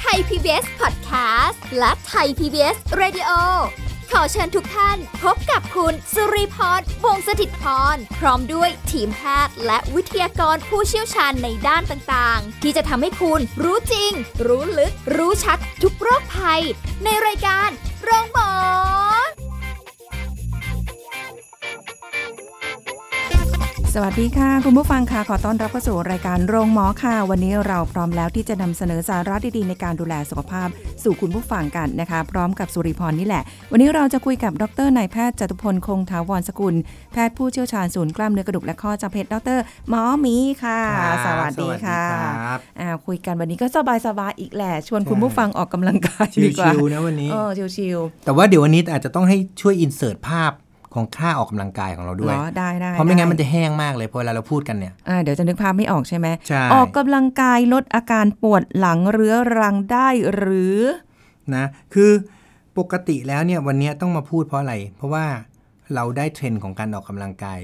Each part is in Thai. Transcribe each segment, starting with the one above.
ไทย PBS Podcast และไทย PBS Radio ขอเชิญทุกท่านพบกับคุณสุริพรวงศสถิตพร พร้อมด้วยทีมแพทย์และวิทยากรผู้เชี่ยวชาญในด้านต่างๆ ที่จะทำให้คุณรู้จริง รู้ลึก รู้ชัดทุกโรคภัย ในรายการโรงพยาบาล สวัสดีค่ะ คุณผู้ฟังค่ะ ขอต้อนรับเข้าสู่รายการโรงหมอค่ะ วันนี้เราพร้อมแล้วที่จะนำเสนอสาระดีๆในการดูแลสุขภาพ สู่คุณผู้ฟังกันนะคะ พร้อมกับสุริพรนี่แหละ วันนี้เราจะคุยกับดรนายแพทย์จตุพลคงถาวรสกุล แพทย์ผู้เชี่ยวชาญศูนย์กล้ามเนื้อกระดูกและข้อจำเพชรดรหมอหมีค่ะ ครับ สวัสดีค่ะ สวัสดีครับ อ่าคุยกันวันนี้ก็สบายๆอีกแหละชวนคุณ ใช่ ผู้ฟังออกกำลังกายดีกว่า ชิวๆนะวันนี้ เออชิว แต่ว่าเดี๋ยววันนี้อาจจะต้องให้ช่วยอินเสิร์ตภาพของท่าออกกำลังกายของเรา ๆ ด้วย เนาะได้ได้ เพราะไม่งั้น ด้ มันจะแห้งมากเลยพอเวลาเราพูดกันเนี่ย อ่าเดี๋ยวจะนึกภาพไม่ออกใช่ไหม ใช่ ออกกำลังกายลดอาการปวดหลังเรื้อรังได้หรือ นะคือปกติแล้วเนี่ยวันเนี้ยต้องมาพูดเพราะอะไร เพราะว่าเราได้เทรนด์ของการออกกำลังกาย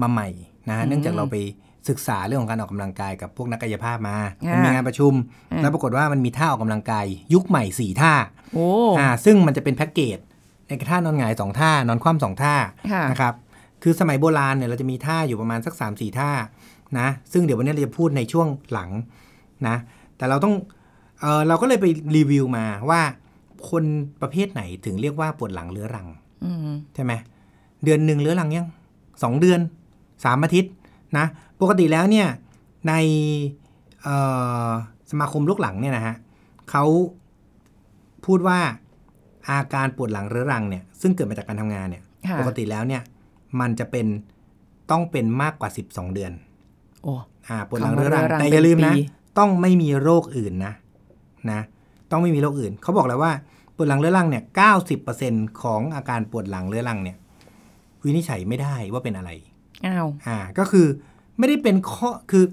มาใหม่นะฮะเนื่องจากเราไปศึกษาเรื่องของการออกกำลังกายกับพวกนักกายภาพมา อ่ามั มันมีงานประชุม แล้วปรากฏว่ามันมีท่าออกกำลังกาย ยุคใหม่สี่ท่า โอ้ อ่าซึ่งมันจะเป็นแพ็กเกจในท่านอนหงาย 2 ท่า นอนคว่ำสองท่า ค่ะ นะครับคือสมัยโบราณเนี่ยเราจะมีท่าอยู่ประมาณสัก 3 4 ท่านะซึ่งเดี๋ยววันนี้เราจะพูดในช่วงหลังนะแต่เราต้องเออเราก็เลยไปรีวิวมาว่าคนประเภทไหนถึงเรียกว่าปวดหลังเรื้อรัง อืม ใช่ไหมเดือนหนึ่งเรื้อรังยังสองเดือนสามอาทิตย์นะปกติแล้วเนี่ยในเอ่อสมาคมโรคหลังเนี่ยนะฮะเขาพูดว่าอาการปวดหลังเรื้อรังเนี่ยซึ่งเกิดมาจากการทำงานเนี่ย ค่ะ ปกติแล้วเนี่ยมันจะเป็นต้องเป็นมากกว่า 12 เดือน โอ้ อ่าปวดหลังเรื้อรัง คำว่าเรื้อรัง แต่อย่าลืมนะ เป็นปี ต้องไม่มีโรคอื่นนะนะต้องไม่มีโรคอื่นเขาบอกแล้วว่าปวดหลังเรื้อรังเนี่ยเก้าสิบเปอร์เซ็นของอาการปวดหลังเรื้อรังเนี่ย วินิจฉัยไม่ได้ว่าเป็นอะไร อ้าว อ่า ก็คือไม่ได้เป็นข้อ คือ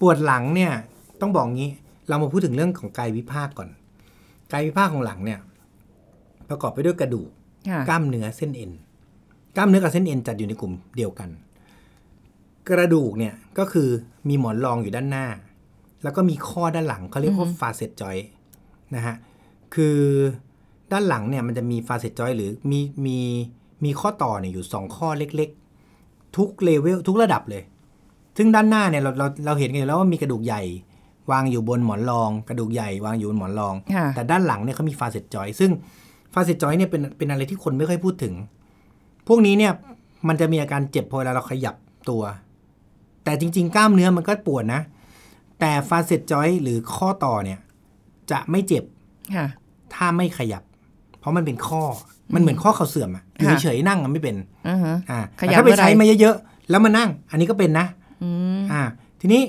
ปวดหลังเนี่ย ต้องบอกงี้ เรามาพูดถึงเรื่องของกายวิภาคก่อน กายวิภาคของหลังเนี่ย ประกอบไปด้วยกระดูก ค่ะ กล้ามเนื้อเส้นเอ็น กล้ามเนื้อกับเส้นเอ็นจัดอยู่ในกลุ่มเดียวกัน กระดูกเนี่ยก็คือมีหมอนรองอยู่ด้านหน้า แล้วก็มีข้อด้านหลังเขาเรียกว่าฟาเซตจอยนะฮะ คือด้านหลังเนี่ยมันจะมีฟาเซตจอยหรือมีมีมีข้อต่อเนี่ยอยู่สองข้อเล็กๆ ทุกเลเวลทุกระดับเลย ซึ่งด้านหน้าเนี่ยเราเราเราเห็นกันอยู่แล้วว่ามีกระดูกใหญ่ วางอยู่บนหมอนรอง กระดูกใหญ่วางอยู่บนหมอนรอง ค่ะ แต่ด้านหลังเนี่ยเขามีฟาเซตจอยซึ่งฟาเซตจอยเนี่ยเป็นเป็นอะไรที่คนไม่ค่อยพูดถึง พวกนี้เนี่ยมันจะมีอาการเจ็บพอเวลาเราขยับตัว แต่จริง ๆ กล้ามเนื้อมันก็ปวดนะ แต่ฟาเซตจอยหรือข้อต่อเนี่ย จะไม่เจ็บ ค่ะ ถ้าไม่ขยับ เพราะมันเป็นข้อ มันเหมือนข้อเข่าเสื่อมอะอยู่ ค่ะ เฉยๆนั่งอะไม่เป็น อือฮะ อ่า ขยับ แต่ถ้าไปใช้ เมื่ มา อไหร่ เยอะๆ แล้วมานั่ง อันนี้ก็เป็นนะ อืม อ่า ทีนี้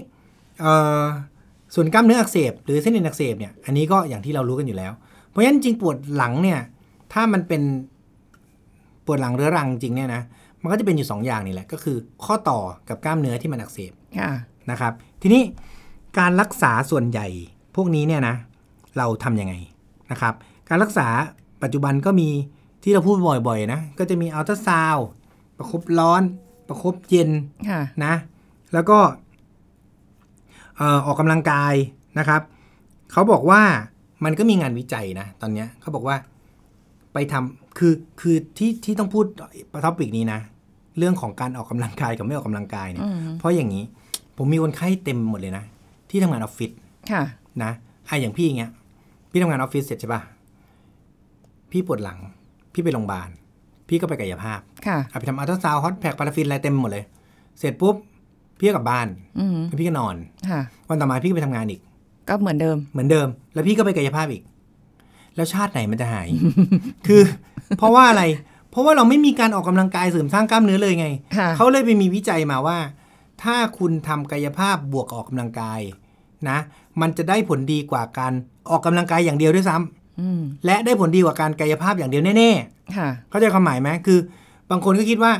เอ่อส่วนกล้ามเนื้ออักเสบ หรือเส้นเอ็นอักเสบเนี่ย อันนี้ก็อย่างที่เรารู้กันอยู่แล้ว เพราะฉะนั้นจริงปวดหลังเนี่ย ถ้ามันเป็นปวดหลังเรื้อรังจริงเนี่ยนะ มันก็จะเป็นอยู่สองอย่างนี่แหละ ก็คือข้อต่อกับกล้ามเนื้อที่มันอักเสบ ค่ะ นะครับทีนี้การรักษาส่วนใหญ่พวกนี้เนี่ยนะเราทำยังไงนะครับการรักษาปัจจุบันก็มีที่เราพูดบ่อยๆนะก็จะมีอัลตราซาวด์ประคบร้อน ประคบเย็น ค่ะ นะแล้วก็เอ่อออกกำลังกายนะครับเขาบอกว่ามันก็มีงานวิจัยนะตอนเนี้ยเขาบอกว่าไปทำคือคือที่ที่ต้องพูดประท็อปิกนี้นะเรื่องของการออกกำลังกายกับไม่ออกกำลังกายเนี่ย อืม เพราะอย่างนี้ผมมีคนไข้เต็มหมดเลยนะ ที่ทำงานออฟฟิศ ค่ะ นะอ่ะอย่างพี่อย่างเงี้ย พี่ทำงานออฟฟิศเสร็จใช่ปะพี่ปวดหลัง พี่ไปโรงพยาบาล พี่ก็ไปกายภาพ ค่ะ อ่ะไปทำอัลตราซาวด์ฮอตแพกพาราฟินอะไรเต็มหมดเลย เสร็จปุ๊บ พี่ก็กลับบ้าน อืม แล้วพี่ก็นอน ค่ะ วันต่อมาพี่ก็ไปทำงานอีก ก็เหมือนเดิม เหมือนเดิม แล้วพี่ก็ไปกายภาพอีก แล้วชาติไหนมันจะ หาย คือ เพราะว่าอะไร เพราะว่าเราไม่มีการออกกำลังกายเสริมสร้างกล้ามเนื้อเลยไง ค่ะ เขาเลยไปมีวิจัยมาว่า ถ้าคุณทำกายภาพบวกกับออกกำลังกายนะ มันจะได้ผลดีกว่าการออกกำลังกายอย่างเดียวด้วยซ้ำ อืม และได้ผลดีกว่าการกายภาพอย่างเดียวแน่ ค่ะ ๆ เข้าใจความหมายไหมคือ บางคนก็คิดว่า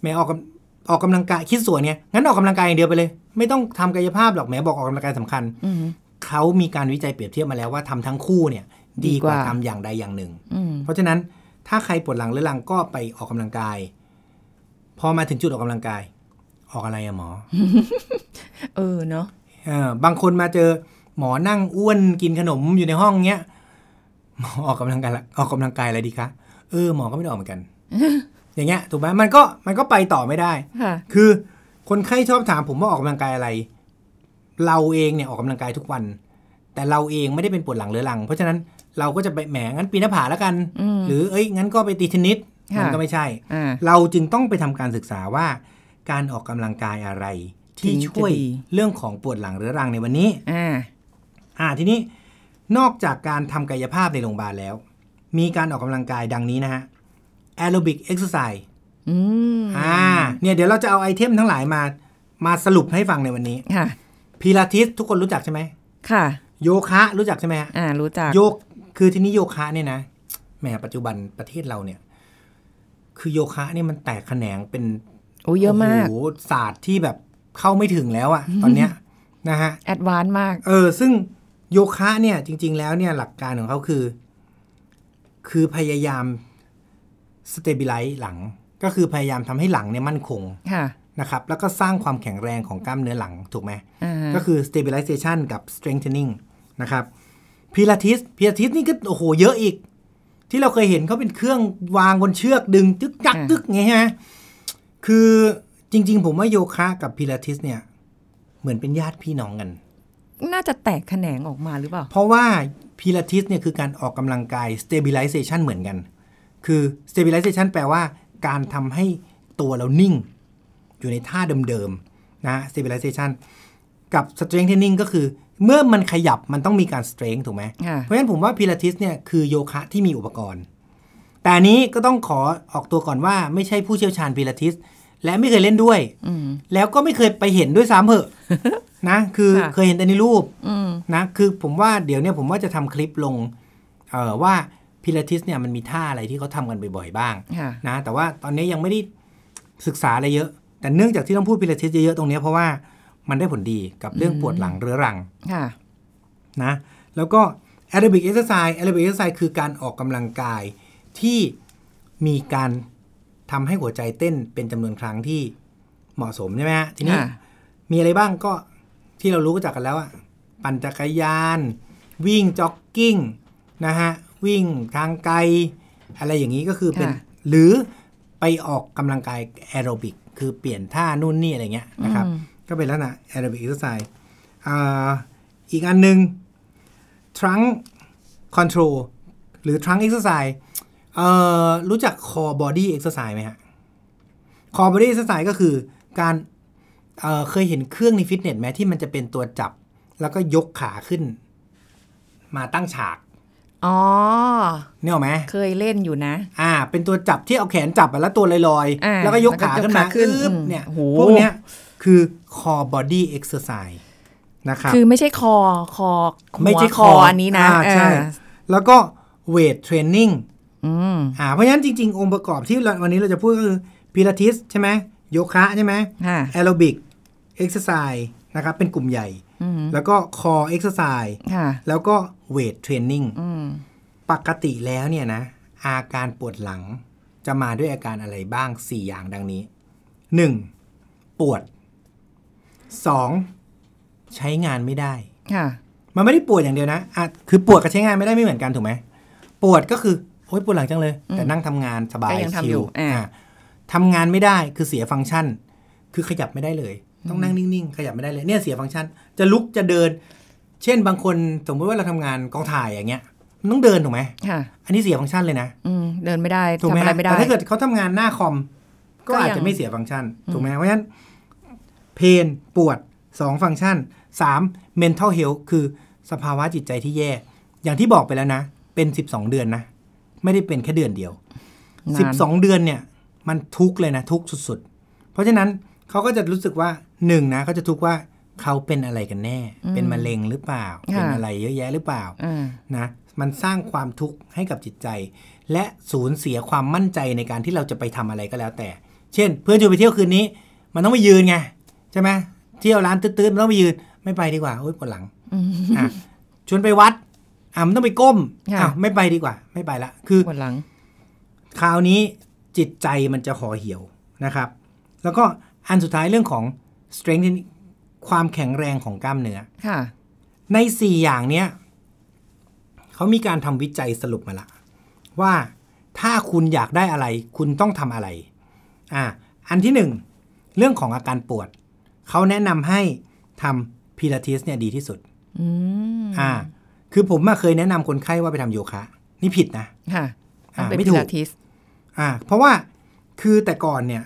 แหมออกกำออกกำลังกายคิดส่วนเนี่ยงั้นออกกำลังกายอย่างเดียวไปเลย ไม่ต้องทำกายภาพหรอกแหมบอกออกกำลังกายสำคัญ อืม เขามีการวิจัยเปรียบเทียบมาแล้วว่าทำทั้งคู่เนี่ย ดีกว่า ดีกว่า ทำอย่างใดอย่างหนึ่ง อืม เพราะฉะนั้นถ้าใครปวดหลังเรื้อรังก็ไปออกกำลังกาย พอมาถึงจุดออกกำลังกาย ออกอะไรอะหมอ เออเนาะ เออบางคนมาเจอหมอนั่งอ้วนกินขนมอยู่ในห้องเงี้ยหมอออกกำลังกายละออกกำลังกายอะไรดีคะเออหมอก็ไม่ได้ออกเหมือนกัน อย่างเงี้ยถูกไหมมันก็มันก็ไปต่อไม่ได้ ค่ะ คือคนไข้ชอบถามผมว่าออกกำลังกายอะไร เราเองเนี่ยออกกำลังกายทุกวัน แต่เราเองไม่ได้เป็นปวดหลังเรื้อรัง เพราะฉะนั้นเราก็จะไปแหมงั้นปีนหน้าผาแล้วกัน อืม หรือเอ้ยงั้นก็ไปตีเทนนิสมัน ค่ะ ก็ไม่ใช่ อ่า เราจึงต้องไปทำการศึกษาว่า การออกกำลังกายอะไร ที่ช่วยเรื่องของปวดหลังเรื้อรังในวันนี้ อ่า อ่าทีนี้นอกจากการทำกายภาพในโรงพยาบาลแล้ว มีการออกกำลังกายดังนี้นะฮะแอโรบิกเอ็กซ์ไซส์ อืม อ่าเนี่ยเดี๋ยวเราจะเอาไอเทมทั้งหลายมามาสรุปให้ฟังในวันนี้ ค่ะ พิลาทิสทุกคนรู้จักใช่ไหม ค่ะ โยคะรู้จักใช่ไหมฮะ อ่ารู้จัก โยกคือที่นี้โยคะเนี่ยนะแหมปัจจุบันประเทศเราเนี่ย คือโยคะเนี่ยมันแตกแขนงเป็น โอ้เยอะมาก โอ้โหศาสตร์ที่แบบเข้าไม่ถึงแล้วอะตอนเนี้ย นะฮะ แอดวานซ์มาก เออ ซึ่งโยคะเนี่ย จริง ๆ แล้วเนี่ยหลักการของเขาคือ คือพยายามสเต b i ไล z ์หลัง ก็คือพยายามทำให้หลังเนี่ยมั่นคง ค่ะ นะครับ แล้วก็สร้างความแข็งแรงของกล้ามเนื้อหลัง ถูกไหม อ่าฮะ ก็คือ stabilization กับ strengthening นะครับพิลาทิสพิลาทิสนี่ก็โอ้โหเยอะอีก ที่เราเคยเห็นเขาเป็นเครื่องวางบนเชือกดึงตึกจักตึกไงฮะคือจริง ๆ ผมว่าโยคะกับพิลาทิสเนี่ย เหมือนเป็นญาติพี่น้องกัน น่าจะแตกแขนงออกมาหรือเปล่า เพราะว่าพิลาทิสเนี่ยคือการออกกำลังกาย stabilization เหมือนกัน คือ stabilization แปลว่าการทำให้ตัวเรานิ่ง อยู่ในท่าเดิมๆนะ stabilization กับ strengthening ก็คือ เมื่อมันขยับมันต้องมีการ strength ถูกไหม ค่ะ เพราะฉะนั้นผมว่าพิลาทิสเนี่ยคือโยคะที่มีอุปกรณ์ แต่อันนี้ก็ต้องขอออกตัวก่อนว่าไม่ใช่ผู้เชี่ยวชาญพิลาทิส และไม่เคยเล่นด้วย อืม แล้วก็ไม่เคยไปเห็นด้วยซ้ำเหอะ นะ คือ ค่ะ เคยเห็นแต่ในรูป อืม นะคือผมว่าเดี๋ยวเนี่ยผมว่าจะทำคลิปลงเอ่อว่าพิลาทิสเนี่ยมันมีท่าอะไรที่เขาทำกันบ่อยๆบ้าง ค่ะ นะแต่ว่าตอนนี้ยังไม่ได้ศึกษาอะไรเยอะ แต่เนื่องจากที่ต้องพูดพิลาทิสเยอะๆตรงเนี้ยเพราะว่ามันได้ผลดีกับเรื่องปวดหลังเรื้อรัง ค่ะ นะแล้วก็แอโรบิกเอ็กซ์ไซส์แอโรบิกเอ็กซ์ไซส์คือการออกกำลังกายที่มีการทำให้หัวใจเต้นเป็นจำนวนครั้งที่เหมาะสมใช่ไหมฮะทีนี้ ค่ะ มีอะไรบ้างก็ที่เรารู้จักกันแล้วอะปั่นจักรยาน วิ่งจ็อกกิ้งนะฮะวิ่งทางไกล อะไรอย่างนี้ก็คือเป็น ค่ะ หรือไปออกกำลังกายแอโรบิกคือเปลี่ยนท่านู่นนี่อะไรเงี้ยนะครับ ก็เป็นลักษณะแอโรบิกเอ็กซ์ไซส์อีกอันหนึ่งทรังคอนโทรลหรือทรังเอ็กซ์ไซส์รู้จักคอบอดี้เอ็กซ์ไซส์ไหมฮะคอบอดี้เอ็กซ์ไซส์ก็คือการ เอ่อเคยเห็นเครื่องในฟิตเนสไหมที่มันจะเป็นตัวจับ แล้วก็ยกขาขึ้น มาตั้งฉาก อ๋อ เนี่ยหรอกไหม เคยเล่นอยู่นะ อ่า เป็นตัวจับที่เอาแขนจับอะแล้วตัวลอย อ่า ๆ แล้วก็ยกขาขึ้นมา แล้วก็ยกขาขึ้น อึ๊บ อืม เนี่ย โห พวกเนี้ยคือ core body exercise นะครับ คือไม่ใช่คอคอหัว ไม่ใช่ คออันนี้นะ าใช่ เออ แล้วก็ weight training อืม อ่าเพราะฉะนั้นจริง ๆ องค์ประกอบที่เราวันนี้เราจะพูดก็คือพิลาทิสใช่ไหมโยคะใช่ไหม ค่ะ แอโรบิกเอ็กซ์ไซส์นะครับ เป็นกลุ่มใหญ่ อืม แล้วก็คอเอ็กซ์ไซส์ ค่ะ แล้วก็เวทเทรนนิ่ง อืม ปกติแล้วเนี่ยนะ อาการปวดหลังจะมาด้วยอาการอะไรบ้าง 4 อย่างดังนี้ 1. ปวด 2. ใช้งานไม่ได้ ค่ะ มันไม่ได้ปวดอย่างเดียวนะอ่ะคือปวดกับใช้งานไม่ได้ไม่เหมือนกันถูกไหม ปวดก็คือ โอ๊ยปวดหลังจังเลย แต่นั่งทำงานสบาย ก็ยังทำ ชิ อยู่ ล อ่า อ่ะทำงานไม่ได้คือเสียฟังก์ชัน คือขยับไม่ได้เลย ต้องนั่งนิ่งๆ ขยับไม่ได้เลย เนี่ยเสียฟังก์ชัน จะลุกจะเดิน เช่นบางคนสมมติว่าเราทำงานกองถ่ายอย่างเงี้ย มันต้องเดินถูกไหม ค่ะ อันนี้เสียฟังก์ชันเลยนะ อืม เดินไม่ได้ ถูกไห ทำ ม อะไร ฮะ ไม่ได้ แต่ถ้าเกิดเขาทำงานหน้าคอม ก็ ก็ยัง อาจจะไม่เสียฟังก์ชัน ถูกไหมเพราะฉะนั้น เพนปวดสองฟังก์ชันสาม mental health คือสภาวะจิตใจที่แย่ อย่างที่บอกไปแล้วนะ เป็น 12 เดือนนะ ไม่ได้เป็นแค่เดือนเดียว นาน 12 เดือนเนี่ย มันทุกข์เลยนะ ทุกข์สุดๆ เพราะฉะนั้นเขาก็จะรู้สึกว่าหนึ่งนะเขาจะทุกข์ว่าเขาเป็นอะไรกันแน่ เป็นมะเร็งหรือเปล่า เป็น ค่ะ อะไรเยอะแยะหรือเปล่า อ่า นะมันสร้างความทุกข์ให้กับจิตใจ และสูญเสียความมั่นใจในการที่เราจะไปทำอะไรก็แล้วแต่ เช่น เพื่อนชวนไปเที่ยวคืนนี้ มันต้องไปยืนไง ใช่ไหมเที่ยวร้านตื้อๆมันต้องไปยืนไม่ไปดีกว่าโอ๊ยปวดหลังอ่ะชวนไปวัดอ่ะมันต้องไปก้ม ค่ะ อ่ะไม่ไปดีกว่า ไม่ไปละคือ ปวดหลัง คราวนี้จิตใจมันจะห่อเหี่ยว นะครับ แล้วก็อันสุดท้ายเรื่องของ strength ความแข็งแรงของกล้ามเนื้อ ค่ะ ใน 4 อย่างเนี้ยเขามีการทำวิจัยสรุปมาละ ว่าถ้าคุณอยากได้อะไร คุณต้องทำอะไร อ่า อันที่ 1 เรื่องของอาการปวด เขาแนะนำให้ทำพิลาทิสเนี่ยดีที่สุด อืม อ่า คือผมมาเคยแนะนำคนไข้ว่าไปทำโยคะ นี่ผิดนะ ค่ะ อ่า เป็น ไม่ พิ ถูก ลาทิส อ่า เพราะว่าคือแต่ก่อนเนี่ย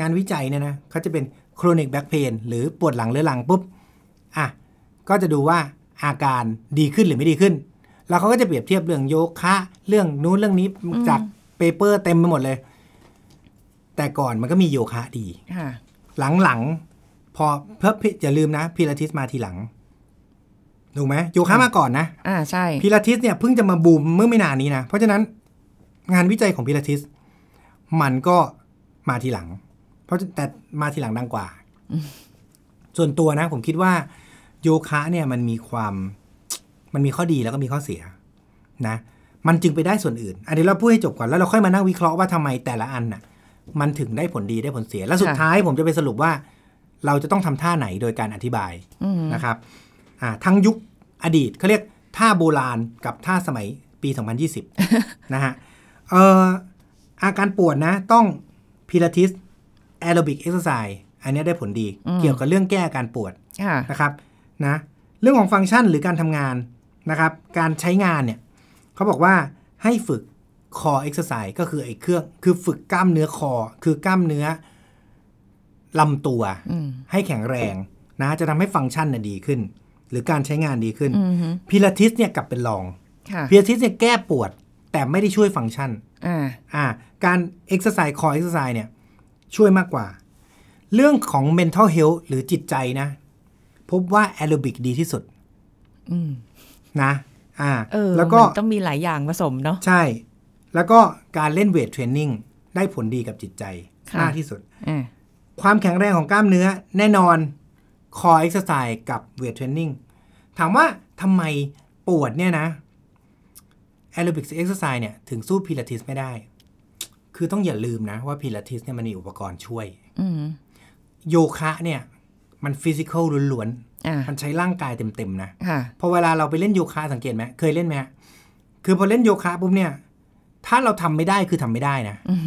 งานวิจัยเนี่ยนะเขาจะเป็น chronic back pain หรือปวดหลังเรื้อรังปุ๊บ อ่ะ ก็จะดูว่าอาการดีขึ้นหรือไม่ดีขึ้น แล้วเขาก็จะเปรียบเทียบเรื่องโยคะ เรื่องนู้นเรื่องนี้จากเปเปอร์เต็มไปหมดเลย แต่ก่อนมันก็มีโยคะดี ค่ะ หลังๆ พอเพิ่มอย่าลืมนะพิลาทิสมาทีหลังถูกไหมโยคะมาก่อนนะ อ่าใช่ พิลาทิสเนี่ยเพิ่งจะมาบูมเมื่อไม่นานนี้นะ เพราะฉะนั้นงานวิจัยของพิลาทิส มันก็มาทีหลัง เพราะแต่มาทีหลังดังกว่า ส่วนตัวนะ ผมคิดว่าโยคะเนี่ยมันมีความมันมีข้อดีแล้วก็มีข้อเสียนะ มันจึงไปได้ส่วนอื่นอันนี้เราพูดให้จบก่อนแล้วเราค่อยมานั่งวิเคราะห์ว่าทำไมแต่ละอันน่ะ มันถึงได้ผลดีได้ผลเสีย และสุด ค่ะ ท้ายผมจะไปสรุปว่า เราจะต้องทำท่าไหนโดยการอธิบาย อืม นะครับ อ่า ทั้งยุคอดีตเขาเรียกท่าโบราณกับท่าสมัยปี 2020 นะฮะ เอ่อ อาการปวดนะ ต้องพิลาทิสแอโรบิกเอ็กซ์ไซส์อันเนี้ยได้ผลดี เกี่ยวกับเรื่องแก้อาการปวด ค่ะ นะครับ นะ เรื่องของฟังก์ชันหรือการทำงานนะครับ การใช้งานเนี่ยเขาบอกว่าให้ฝึกคอเอ็กซ์ไซส์ก็คือไอ้เครื่อง คือฝึกกล้ามเนื้อคอ คือกล้ามเนื้อลำตัว อืม ให้แข็งแรงนะจะทำให้ฟังก์ชันน่ะดีขึ้น หรือการใช้งานดีขึ้น อืมฮึ พิลาทิสเนี่ยกลับเป็นรอง ค่ะ พิลาทิสเนี่ยแก้ปวด แต่ไม่ได้ช่วยฟังก์ชัน อ่า อ่าการเอ็กซ์ไซส์คอเอ็กซ์ไซส์เนี่ยช่วยมากกว่า เรื่องของ mental health หรือจิตใจนะ พบว่าแอโรบิกดีที่สุด อืม นะอ่า เออ แล้วก็ มันต้องมีหลายอย่างผสมเนาะ ใช่ แล้วก็การเล่นเวทเทรนนิ่งได้ผลดีกับจิตใจ ค่ะ มากที่สุด อ่า ความแข็งแรงของกล้ามเนื้อแน่นอน คอเอ็กซ์ไซส์กับเวทเทรนนิ่งถามว่าทำไมปวดเนี่ยนะแอโรบิกเอ็กซ์ไซส์เนี่ยถึงสู้พิลาทิสไม่ได้ คือต้องอย่าลืมนะว่าพิลาทิสเนี่ยมันมีอุปกรณ์ช่วย อืม โยคะเนี่ย มันฟิสิกอลล้วน อ่า ๆ มันใช้ร่างกายเต็ม ๆ นะ ค่ะ พอเวลาเราไปเล่นโยคะสังเกตไหมเคยเล่นไหมฮะคือพอเล่นโยคะปุ๊บเนี่ย ถ้าเราทำไม่ได้คือทำไม่ได้นะ อืม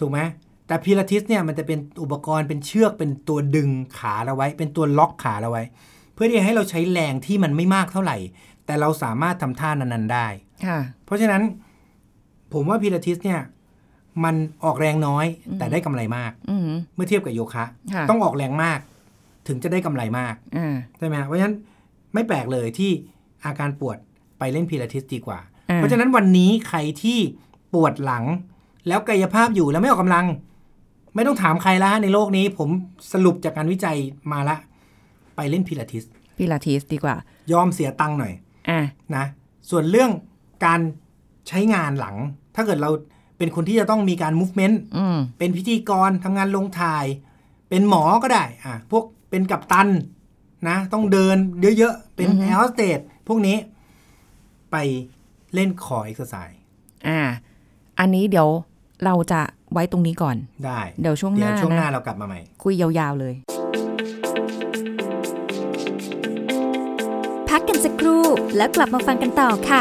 ถูกไหมแต่พิลาทิสเนี่ยมันจะเป็นอุปกรณ์เป็นเชือกเป็นตัวดึงขาเราไว้ เป็นตัวล็อกขาเราไว้ เพื่อที่จะให้เราใช้แรงที่มันไม่มากเท่าไหร่ แต่เราสามารถทำท่านั้นๆได้ ค่ะ เพราะฉะนั้น ผมว่าพิลาทิสเนี่ย มันออกแรงน้อย แต่ได้กำไรมาก อืม เมื่อเทียบกับโยคะ ค่ะ ต้องออกแรงมาก ถึงจะได้กำไรมาก อ่า ใช่ไหมฮะเพราะฉะนั้นไม่แปลกเลยที่อาการปวดไปเล่นพิลาทิสดีกว่า อ่า เพราะฉะนั้นวันนี้ใครที่ปวดหลัง แล้วกายภาพอยู่แล้วไม่ออกกำลัง ไม่ต้องถามใครละฮะในโลกนี้ ผมสรุปจากการวิจัยมาละ ไปเล่นพิลาทิส พิลาทิสดีกว่า ยอมเสียตังค์หน่อย อ่า นะ ส่วนเรื่องการใช้งานหลัง ถ้าเกิดเราเป็นคนที่จะต้องมีการ movement อืม เป็นพิธีกรทำงานลงถ่าย เป็นหมอก็ได้ อ่ะ พวกเป็นกัปตันนะ ต้องเดินเยอะๆ เป็น อือฮึ แอร์โฮสเตสพวกนี้ ไปเล่นคอเอ็กซ์ไซส์ อ่า อันนี้เดี๋ยวเราจะไว้ตรงนี้ก่อน ได้ เดี๋ยวช่วงห เดี๋ย น้าว ช่วงหน้า นะ เรากลับมาใหม่ คุยยาวๆเลย พักกันสักครู่แล้วกลับมาฟังกันต่อค่ะ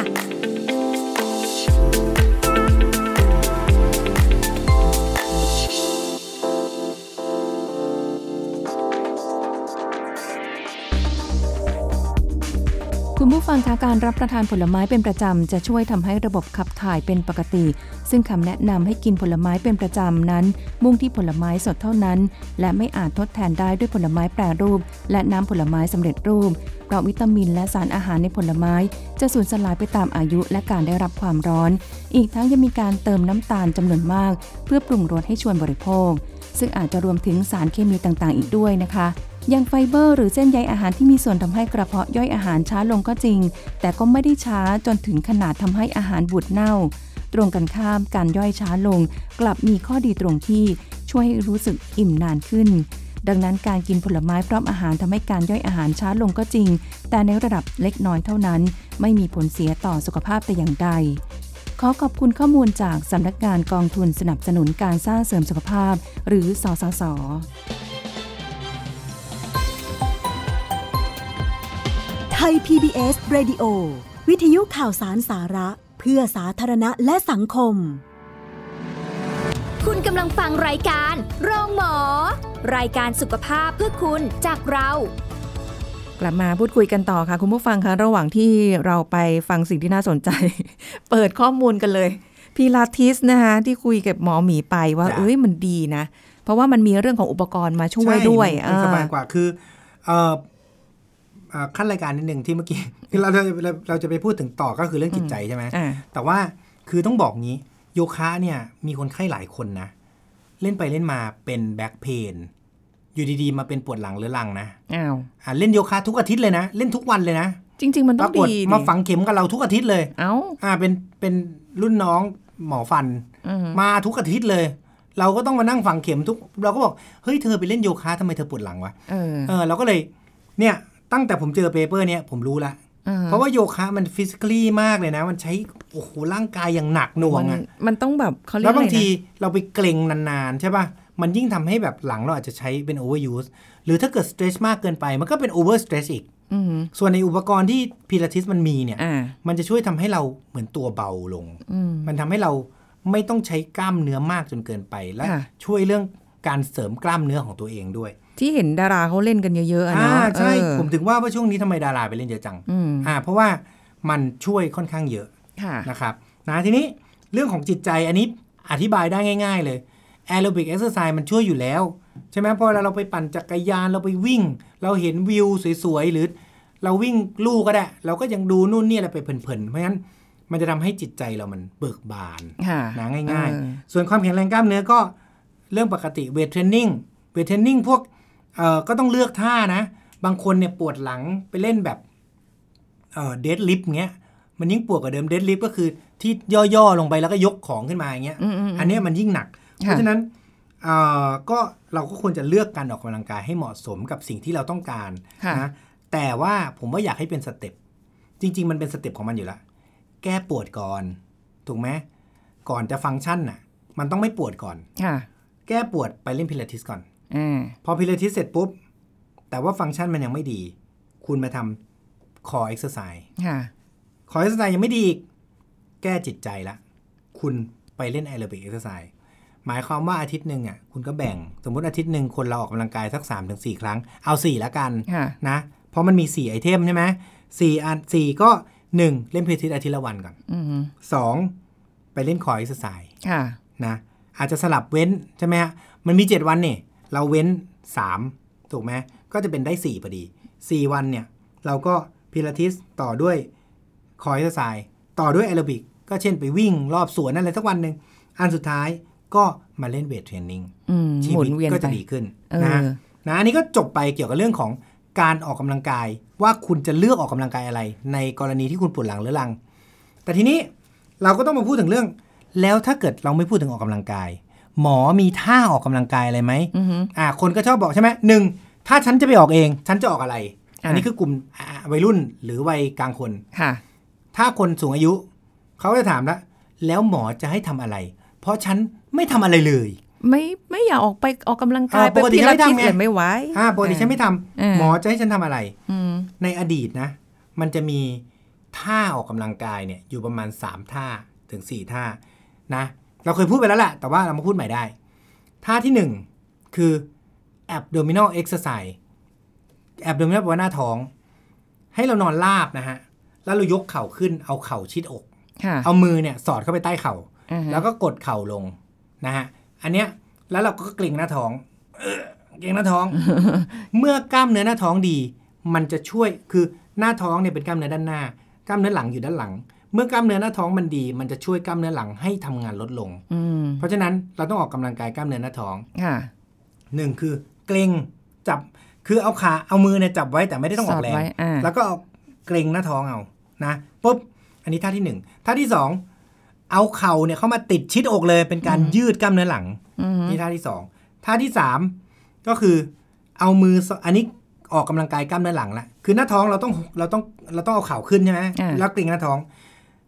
คุณผู้ฟังคะการรับประทานผลไม้เป็นประจำ จะช่วยทำให้ระบบขับถ่ายเป็นปกติ ซึ่งคำแนะนำให้กินผลไม้เป็นประจำนั้น มุ่งที่ผลไม้สดเท่านั้น และไม่อาจทดแทนได้ด้วยผลไม้แปรรูป และน้ำผลไม้สำเร็จรูปเพราะวิตามินและสารอาหารในผลไม้ จะสูญสลายไปตามอายุและการได้รับความร้อน อีกทั้งยังมีการเติมน้ำตาลจำนวนมาก เพื่อปรุงรสให้ชวนบริโภค ซึ่งอาจจะรวมถึงสารเคมีต่างๆ อีกด้วยนะคะ อย่างไฟเบอร์หรือเส้นใยอาหารที่มีส่วนทำให้กระเพาะย่อยอาหารช้าลงก็จริง แต่ก็ไม่ได้ช้าจนถึงขนาดทำให้อาหารบูดเน่า ตรงกันข้ามการย่อยช้าลง กลับมีข้อดีตรงที่ช่วยให้รู้สึกอิ่มนานขึ้น ดังนั้นการกินผลไม้พร้อมอาหารทำให้การย่อยอาหารช้าลงก็จริง แต่ในระดับเล็กน้อยเท่านั้น ไม่มีผลเสียต่อสุขภาพแต่อย่างใด ขอขอบคุณข้อมูลจากสำนักงานกองทุนสนับสนุนการสร้างเสริมสุขภาพ หรือสสส ไทย PBS Radio วิทยุข่าวสารสาระ เพื่อสาธารณะและสังคม คุณกำลังฟังรายการ โรงหมอ รายการสุขภาพเพื่อคุณจากเรา กลับมาพูดคุยกันต่อค่ะ คุณผู้ฟังคะระหว่างที่เราไปฟังสิ่งที่น่าสนใจ เปิดข้อมูลกันเลยพิลาทิสนะคะที่คุยกับหมอหมีไปว่า จ้ะ เอ้ยมันดีนะ เพราะว่ามันมีเรื่องของอุปกรณ์มาช่วย ใช่ ด้วย มันมันสบาย อ่าก ว่าคือเอ่อเอ่อขั้นรายการนิดนึงที่เมื่อกี้ คือเราจะเราเราจะไปพูดถึงต่อก็คือเรื่องจิตใจใช่ไหม อ่า แต่ว่าคือต้องบอกงี้ โยคะเนี่ยมีคนไข้หลายคนนะ เล่นไปเล่นมาเป็นแบ็คเพนอยู่ดีๆ มาเป็นปวดหลังเรื้อรังนะ อ้าว อ่ะเล่นโยคะทุกอาทิตย์เลยนะ เล่นทุกวันเลยนะ จริง ๆ มัน ป ต้อ ราง กฏ ดี มาฝังเข็มกับเราทุกอาทิตย์เลย เอ้า อ่าเป็นเป็นรุ่นน้องหมอฟัน อืม มาทุกอาทิตย์เลย เราก็ต้องมานั่งฝังเข็มทุก เราก็บอกเฮ้ยเธอไปเล่นโยคะทำไมเธอปวดหลังวะ เออ เออเราก็เลยเนี่ยตั้งแต่ผมเจอเปเปอร์เนี่ยผมรู้ละ อ่ เพราะว่าโยคะมันฟิสิก a ี่มากเลยนะ มันใช้โอ้โหร่างกายอย่างหนักหน่วง มัน อะ มันต้องแบบเขาเรีย แล้ ก ว อะไร บาง นะ ทีเราไปเกร็งนานๆ ใช่ป่ะ มันยิ่งทำให้แบบหลังเราอาจจะใช้เป็นโอเวอร์ยูสหรือถ้าเกิดสเตรชมากเกินไป มันก็เป็นโอเวอร์สเตรชอีก อืม ส่วนในอุปกรณ์ที่พิลาทิสมันมีเนี่ย อ่า มันจะช่วยทำให้เราเหมือนตัวเบาลง อืม มันทำให้เราไม่ต้องใช้กล้ามเนื้อมากจนเกินไป และ ค่ะ ช่วยเรื่องการเสริมกล้ามเนื้อของตัวเองด้วย ที่เห็นดาราเขาเล่นกันเยอะๆอะเนาะ ใช่ เออ ผมถึงว่าว่าช่วงนี้ทำไมดาราไปเล่นเยอะจัง อืม อ่า เพราะว่ามันช่วยค่อนข้างเยอะ ค่ะ นะครับนะทีนี้เรื่องของจิตใจอันนี้อธิบายได้ง่าย ๆ เลยแอโรบิกเอ็กซ์ไซส์มันช่วยอยู่แล้ว ใช่ไหมพอเราไปปั่นจักรยานเราไปวิ่ง เราเห็นวิวสวยๆหรือ เราวิ่งลู่ก็ได้ เราก็ยังดูนู่นนี่อะไรไปเพลินๆเพราะฉะนั้นมันจะทำให้จิตใจเรามันเบิกบาน ค่ะ หนาง่าย เออ ๆ ส่วนความแข็งแรงกล้ามเนื้อก็เรื่องปกติเวทเทรนนิ่ง เวทเทรนนิ่งพวกเอ่อก็ต้องเลือกท่านะ บางคนเนี่ยปวดหลังไปเล่นแบบเดดลิฟเงี้ย มันยิ่งปวดกว่าเดิมเดดลิฟก็คือที่ย่อๆ ลงไปแล้วก็ยกของขึ้นมาอย่างเงี้ย อืมอืมอืม อันเนี้ยมันยิ่งหนัก เพราะฉะนั้นเอ่อก็เราก็ควรจะเลือกการออกกำลังกายให้เหมาะสมกับสิ่งที่เราต้องการ ค่ะ นะ แต่ว่าผมว่าอยากให้เป็นสเต็ป จริง ๆ มันเป็นสเต็ปของมันอยู่แล้ว แก้ปวดก่อน ถูกไหม ก่อนจะฟังก์ชันน่ะ มันต้องไม่ปวดก่อน ค่ะ แก้ปวดไปเล่นพิลาทิสก่อน อ่า พอพิลาทิสเสร็จปุ๊บ แต่ว่าฟังก์ชันมันยังไม่ดี คุณมาทำคอเอ็กซ์ไซส์ ค่ะ คอเอ็กซ์ไซส์ยังไม่ดีอีก แก้จิตใจละ คุณไปเล่นแอโรบิกเอ็กซ์ไซส์หมายความว่าอาทิตย์หนึ่งอ่ะ คุณก็แบ่ง สมมติอาทิตย์หนึ่งคนเราออกกำลังกายสัก3-4ถึงครั้ง เอา4ละกัน ค่ะ นะ เพราะมันมี 4 ไอเทมใช่ไหมสี่อันสี่ก็ 1 เล่นเพลทิสอาทิตย์ละวันก่อน อืม 2 ไปเล่นคอร์เอ็กซ์ไซส์ ค่ะ นะ อาจจะสลับเว้น ใช่ไหมฮะ มันมี 7 วันเนี่ยเราเว้น 3 ถูกไหม ก็จะเป็นได้ 4 พอดี 4 วันเนี่ย เราก็พิลาทิสต่อด้วยคอร์เอ็กซ์ไซส์ต่อด้วยแอโรบิก ก็เช่นไปวิ่งรอบสวนอะไรสักวันหนึ่งอันสุดท้ายก็มาเล่นเวทเทรนนิ่ง อืม ชี หมุ วิต นเวียน ก็ ไป จะดีขึ้น เอ นะฮะ อ นะอันนี้ก็จบไปเกี่ยวกับเรื่องของการออกกำลังกาย ว่าคุณจะเลือกออกกำลังกายอะไร ในกรณีที่คุณปวดหลังเรื้อรัง แต่ทีนี้เราก็ต้องมาพูดถึงเรื่อง แล้วถ้าเกิดเราไม่พูดถึงออกกำลังกาย หมอมีท่าออกกำลังกายอะไรไหม อือฮึ อ่าคนก็ชอบบอกใช่ไหมหนึ่งถ้าฉันจะไปออกเอง ฉันจะออกอะไร อันนี้คือกลุ่มอ่าวัยรุ่นหรือวัยกลางคน ค่ะ ถ้าคนสูงอายุ เขาก็จะถามแล้วแล้วหมอจะให้ทำอะไร เพราะฉันไม่ทำอะไรเลย ไม่ ไม่อยากออกไปออกกำลังกาย อ่า ไป ปกติ พิลาทิ ฉั ส นไม่ทำไง เลยไม่ไหว อ่าปกติฉันไม่ทำ เออ หมอจะให้ฉันทำอะไร อืม ในอดีตนะ มันจะมีท่าออกกำลังกายเนี่ยอยู่ประมาณ 3 ท่าถึง 4 ท่านะ เราเคยพูดไปแล้วแหละ แต่ว่าเรามาพูดใหม่ได้ ท่าที่ 1 คือ abdominal exercise abdominal แปลว่าหน้าท้อง ให้เรานอนราบนะฮะ แล้วเรายกเข่าขึ้นเอาเข่าชิดอก ค่ะ เอามือเนี่ยสอดเข้าไปใต้เข่า อ่าฮะ แล้วก็กดเข่าลงนะฮะ อันเนี้ยแล้วเราก็เกร็งหน้าท้อง เอ่อเกร็งหน้าท้อง เมื่อกล้ามเนื้อหน้าท้องดี มันจะช่วยคือหน้าท้องเนี่ยเป็นกล้ามเนื้อด้านหน้า กล้ามเนื้อหลังอยู่ด้านหลัง เมื่อกล้ามเนื้อหน้าท้องมันดี มันจะช่วยกล้ามเนื้อหลังให้ทำงานลดลง อืม เพราะฉะนั้นเราต้องออกกำลังกายกล้ามเนื้อหน้าท้อง ค่ะ หนึ่งคือเกร็งจับคือเอาขาเอามือเนี่ยจับไว้แต่ไม่ได้ต้องออกแร สอด ง ไว้อ่า แล้วก็เอาเกร็งหน้าท้องเอานะปุ๊บอันนี้ท่าที่หนึ่งท่าที่สองเอาเข่าเนี่ยเข้ามาติดชิดอกเลย เป็นการยืดกล้ามเนื้อหลัง อืม นี่ท่าที่สองท่าที่สามก็คือเอามือสอันนี้ออกกำลังกายกล้ามเนื้อหลังละคือหน้าท้องเราต้องเราต้องเราต้องเอาเข่าขึ้นใช่ไหม อ่า แล้วกลิ่งหน้าท้อง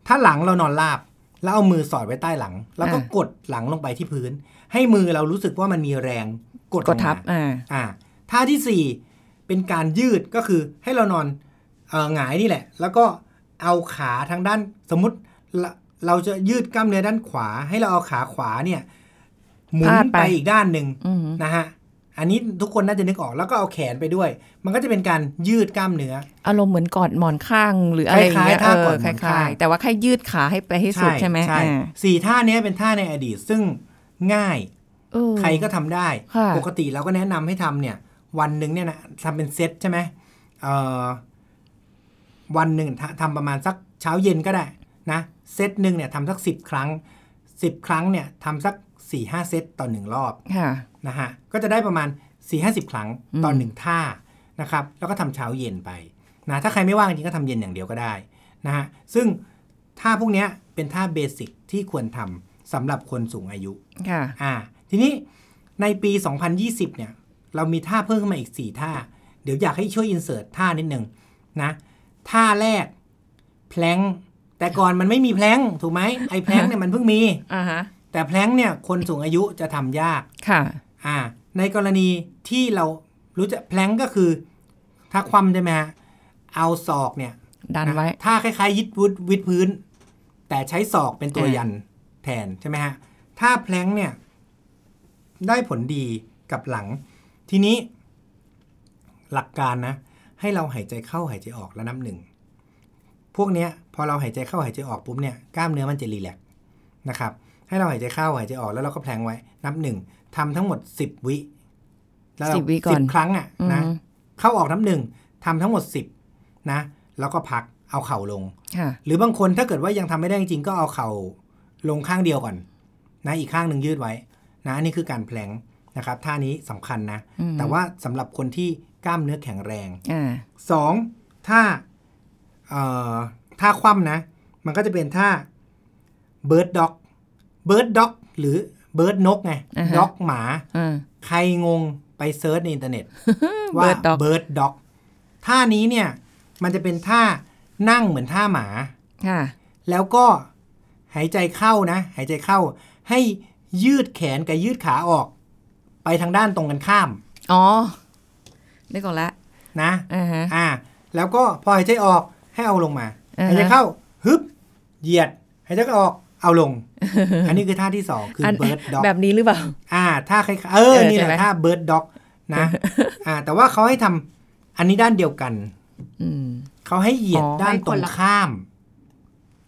ถ้าหลังเรานอนราบ แล้วเอามือสอดไว้ใต้หลัง แล้วก็ อ่าก กดหลังลงไปที่พื้น ให้มือเรารู้สึกว่ามันมีแรงกด ก ล ด ง ทับ มา อ่า อ่าท่าที่สี่เป็นการยืดก็คือให้เรานอนเอ่อหงายนี่แหละ แล้วก็เอาขาทางด้านสมมติเราเราจะยืดกล้ามเนื้อด้านขวา ให้เราเอาขาขวาเนี่ยหมุน พาดไป ไปอีกด้านหนึ่ง อืม นะฮะอันนี้ทุกคนน่าจะนึกออกแล้วก็เอาแขนไปด้วย มันก็จะเป็นการยืดกล้ามเนื้อ อารมณ์เหมือนกอดหมอนข้างหรืออะไรอย่างเงี้ย คล้ายๆท่ากอด เห มอน คล้า ข้าง ยๆ แต่ว่าแค่ยืดขาให้ไปให้สุดใช่ไหม ใช่ อ่า สี่ท่าเนี้ยเป็นท่าในอดีตซึ่งง่าย เออ ใครก็ทำได้ ค่ะ ปกติเราก็แนะนำให้ทำเนี่ย วันหนึ่งเนี่ยนะทำเป็นเซตใช่ไหมเอ่อวันหนึ่งทำทำประมาณสักเช้าเย็นก็ได้นะเซตหนึ่งเนี่ยทำสักสิบครั้งสิบครั้งเนี่ยทำสักสี่ห้าเซตต่อหนึ่งรอบ ค่ะ นะฮะก็จะได้ประมาณสี่ห้าสิบครั้งต่อ อืม หนึ่งท่านะครับ แล้วก็ทำเช้าเย็นไปนะถ้าใครไม่ว่างจริงก็ทำเย็นอย่างเดียวก็ได้นะฮะซึ่งท่าพวกเนี้ยเป็นท่าเบสิกที่ควรทำสำหรับคนสูงอายุ ค่ะ อ่าทีนี้ในปี 2020 เนี่ย เรามีท่าเพิ่มขึ้นมาอีก 4 ท่า เดี๋ยวอยากให้ช่วยอินเสิร์ตท่านิดนึงนะ ท่าแรกแพลงแต่ก่อนมันไม่มีแพลงถูกไหมไอ้แพลงเนี่ยมันเพิ่งมี อ่าฮะ แต่แพลงเนี่ยคนสูงอายุจะทำยาก ค่ะ อ่าในกรณีที่เรารู้จักแพลงก็คือ ถ้าคว่ำใช่ไหมฮะเอาศอกเนี่ย ดันไว้ นะท่าคล้ายๆ ยิดวุดวิดพื้น แต่ใช้ศอกเป็นตัว อ่ายั ยันแทนใช่ไหมฮะท่าแพลงก์เนี่ย ได้ผลดีกับหลัง ทีนี้ หลักการนะ ให้เราหายใจเข้าหายใจออกแล้วนับหนึ่ง พวกเนี้ย พอเราหายใจเข้าหายใจออกปุ๊บเนี่ยกล้ามเนื้อมันจะรีแลกซ์นะครับ ให้เราหายใจเข้าหายใจออกแล้วเราก็แพลงก์ไว้ นับหนึ่งทำทั้งหมดสิบวิแล้วเรา 10วิก่อน 10ครั้งอ่ะ อืม นะ เข้าออกน้ำหนึ่งทำทั้งหมด 10 นะ แล้วก็พักเอาเข่าลง ค่ะ หรือบางคนถ้าเกิดว่ายังทำไม่ได้จริงๆก็เอาเข่าลงข้างเดียวก่อน นะ อีกข้างหนึ่งยืดไว้ นะอันนี่คือการแพลงก์นะครับ ท่านี้สำคัญนะ อืม แต่ว่าสำหรับคนที่กล้ามเนื้อแข็งแรง อ่า สองท่าเอ่อท่าคว่ำนะ มันก็จะเป็นท่า bird dog bird dog หรือ bird นกไง อ่าฮะ dog หมา อ่า ใครงงไปเซิร์ชในอินเทอร์เน็ต ว่า Bird dog Bird Dog ท่านี้เนี่ย มันจะเป็นท่านั่งเหมือนท่าหมา ค่ะ แล้วก็หายใจเข้านะ หายใจเข้า ให้ยืดแขนกับยืดขาออก ไปทางด้านตรงกันข้าม อ๋อนึกออกแล้ว นะ อ่าฮะ อ่า แล้วก็พอหายใจออกให้เอาลงมา อ่าฮะ หายใจเข้าฮึบเหยียด หายใจออกเอาลง อันนี้คือท่าที่สองคือ น Bird Dog แบบนี้หรือเปล่า อ่าถ้าใครเอ เอ อ อ นี่แห ใช่ ละ ไหม ถ้าเบิร์ดด็อกนะ อ่า แต่ว่าเขาให้ทำอันนี้ด้านเดียวกัน อืม เขาให้เหยียด อ๋อ ด้านตรงข้าม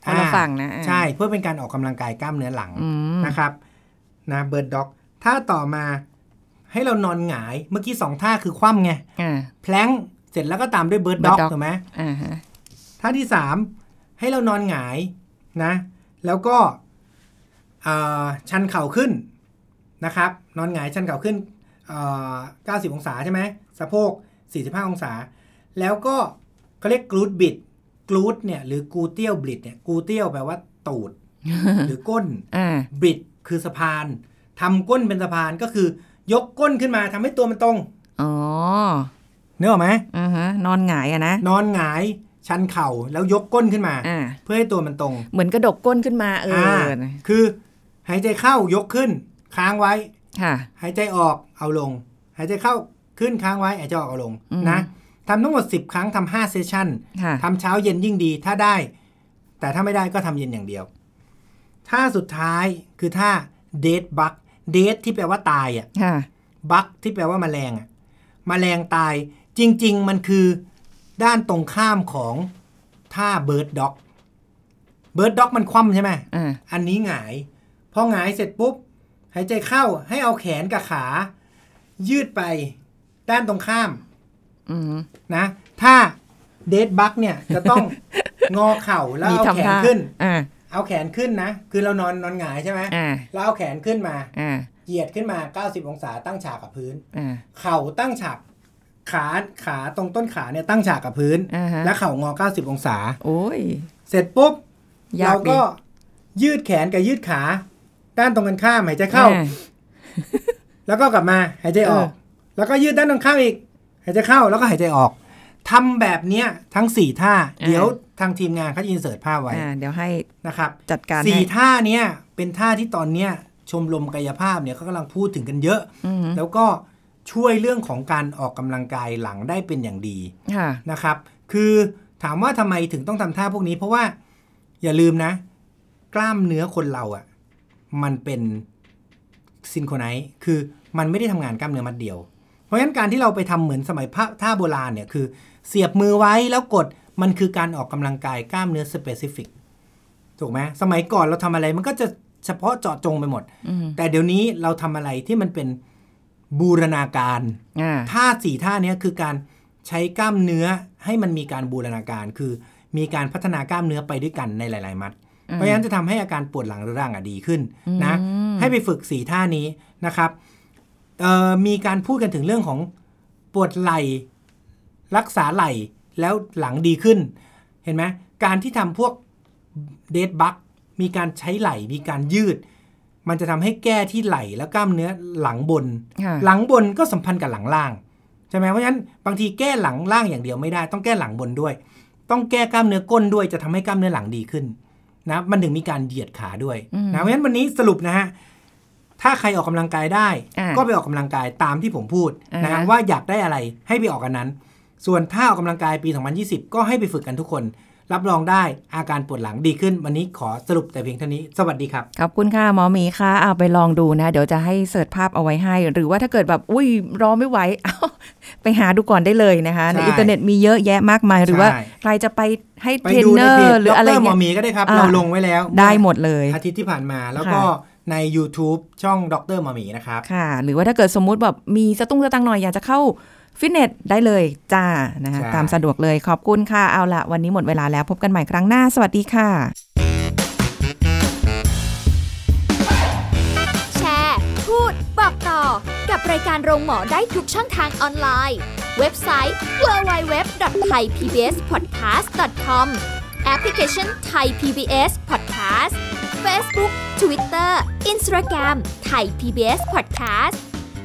คนละ อ่า ฝั่งนะอ่า ใช่เพื่อเป็นการออกกำลังกายกล้ามเนื้อหลัง อืม นะครับนะเบิร์ดด็อกถ้าต่อมาให้เรานอนหงาย เมื่อกี้สองท่าคือคว่ำไง อ่า แพลงก์เสร็จแล้วก็ตามด้วยเบิร์ดด็อก bird dog ถูกไหม อ่าฮะ ท่าที่สามให้เรานอนหงายนะ แล้วก็เอ่อชันเข่าขึ้นนะครับ นอนหงายชันเข่าขึ้นเอ่อ90 องศาใช่ไหมสะโพก 45 องศา แล้วก็เขาเรียกกรูดบิดกรูดเนี่ยหรือกูเตียวบิดเนี่ยกูเตียวแปลว่าตู ด หรือก้น อ่า บิดคือสะพานทำก้นเป็นสะพานก็คือยกก้นขึ้นมาทำให้ตัวมันตรง อ๋อ เนื้ออกไหม อ่าฮะ นอนหงายอะนะ นอนหงายชันเข่าแล้วยกก้นขึ้นมา อ่า เพื่อให้ตัวมันตรง เหมือนกระดกก้นขึ้นมาเออ อ่า อนะ คือหายใจเข้ายกขึ้น ค้างไว้ ค่ะ หายใจออกเอาลง หายใจเข้าขึ้นค้างไว้หายใจออกเอาลง อืม นะทำทั้งหมด 10 ครั้งทำห้าเซสชั่น ค่ะ ทำเช้าเย็นยิ่งดีถ้าได้ แต่ถ้าไม่ได้ก็ทำเย็นอย่างเดียวท่าสุดท้ายคือท่าเดทบักเดทที่แปลว่าตายอ่ะ ค่ะ บักที่แปลว่าแมลงอ่ะแมลงตายจริง ๆ มันคือด้านตรงข้ามของท่าเบิร์ดด็อกเบิร์ดด็อกมันคว่ำใช่ไหม อ่า อันนี้หงาย พอหงายเสร็จปุ๊บ หายใจเข้าให้เอาแขนกับขา ยืดไปด้านตรงข้าม อืม นะ ถ้าเดดบักเนี่ย จะ ต้อง งอเข่าแล้ว มี เอาแข ทำ น ท่า ขึ้น อ่า เอาแขนขึ้นนะ คือเรานอนนอนหงายใช่ไหม อ่า แล้วเอาแขนขึ้นมา อ่า เหยียดขึ้นมา 90 องศาตั้งฉากกับพื้น อ่า เข่าตั้งฉากขาขาตรงต้นขาเนี่ยตั้งฉากกับพื้น อ่าฮะ และเข่างอ 90 องศา โอ้ย เสร็จปุ๊บ ยา เรา กดิ ก็ยืดแขนกับยืดขา ด้านตรงกันข้ามหายใจเข้า อ่ แล้วก็กลับมาหายใจออก เออ แล้วก็ยืดด้านตรงข้ามอีก หายใจเข้าแล้วก็หายใจออก ทำแบบเนี้ยทั้ง 4 ท่า อ่า เดี๋ยวทางทีมงานเขาจะอินเสิร์ตภาพไว้ อ่าเดี๋ยวให้ นะครับ จัดการ สี่ ให้ ท่าเนี้ยเป็นท่าที่ตอนเนี้ยชมรมกายภาพเนี่ยเขากำลังพูดถึงกันเยอะ อืม แล้วก็ช่วยเรื่องของการออกกำลังกายหลังได้เป็นอย่างดี ค่ะ นะครับ คือถามว่าทำไมถึงต้องทำท่าพวกนี้ เพราะว่าอย่าลืมนะ กล้ามเนื้อคนเราอะ่ะ มันเป็นซินโครไนซ์คือมันไม่ได้ทำงานกล้ามเนื้อมัดเดียว เพราะฉะนั้นการที่เราไปทำเหมือนสมัยพระท่าโบราณเนี่ยคือ เสียบมือไว้แล้วกดมันคือการออกกำลังกายกล้ามเนื้อสเปซิฟิกถูกไหมสมัยก่อนเราทำอะไรมันก็จะเฉพาะเจาะจงไปหมด อืม แต่เดี๋ยวนี้เราทำอะไรที่มันเป็นบูรณาการ อ่า ท่าสี่ท่าเนี้ยคือการใช้กล้ามเนื้อให้มันมีการบูรณาการ คือมีการพัฒนากล้ามเนื้อไปด้วยกันในหลาย ๆ มัด อืม เพราะฉะนั้นจะทำให้อาการปวดหลังเรื้อรังอ่ะดีขึ้นนะ อืม ให้ไปฝึกสี่ท่านี้นะครับเอ่อมีการพูดกันถึงเรื่องของปวดไหล่รักษาไหล่แล้วหลังดีขึ้น เห็นไหมการที่ทำพวกเดดบักมีการใช้ไหล่มีการยืด มันจะทำให้แก้ที่ไหล่และกล้ามเนื้อหลังบน ค่ะ หลังบนก็สัมพันธ์กับหลังล่างใช่ไหมเพราะฉะนั้นบางทีแก้หลังล่างอย่างเดียวไม่ได้ต้องแก้หลังบนด้วย ต้องแก้กล้ามเนื้อก้นด้วยจะทำให้กล้ามเนื้อหลังดีขึ้นนะมันถึงมีการเหยียดขาด้วย อืม นะเพราะฉะนั้นวันนี้สรุปนะฮะถ้าใครออกกำลังกายได้ อ่า ก็ไปออกกำลังกายตามที่ผมพูดนะ อ่า ฮะ ฮะ ว่าอยากได้อะไรให้ไปออกกันนั้น ส่วนถ้าออกกำลังกายปี 2020 ก็ให้ไปฝึกกันทุกคน รับรองได้อาการปวดหลังดีขึ้น วันนี้ขอสรุปแต่เพียงเท่านี้สวัสดีครับ ขอบคุณค่ะหมอหมีค่ะเอาไปลองดูนะ เดี๋ยวจะให้เสิร์ชภาพเอาไว้ให้ หรือว่าถ้าเกิดแบบอุ้ยรอไม่ไหว เอาไปหาดูก่อนได้เลยนะคะ ใน ใช่ อินเทอร์เน็ตมีเยอะแยะมากมาย หรือว่า ใช่ ใครจะไปให้ ไป เทรน ดู เน ใน อ เพจ ร์หรืออะไร ดหมอ เงี้ย หมีก็ได้ครับ อ่า เราลงไว้แล้ว ได้หมดเลย อาทิตย์ที่ผ่านมาแล้วก็ ค่ะ ใน YouTube ช่องดรหมอหมีนะครับ ค่ะ หรือว่าถ้าเกิดสมมุติแบบมีสตุ้งสตังค์หน่อยอยากจะเข้าฟิตเนสได้เลยจ้านะคะ ใช่ ตามสะดวกเลยขอบคุณค่ะเอาละวันนี้หมดเวลาแล้วพบกันใหม่ครั้งหน้า สวัสดีค่ะ แชร์ พูด บอกต่อ กับรายการโรงหมอได้ทุกช่องทางออนไลน์ เว็บไซต์ www.thaipbspodcast.com แอปพลิเคชัน Thai PBS Podcast Facebook Twitter Instagram Thai PBS Podcast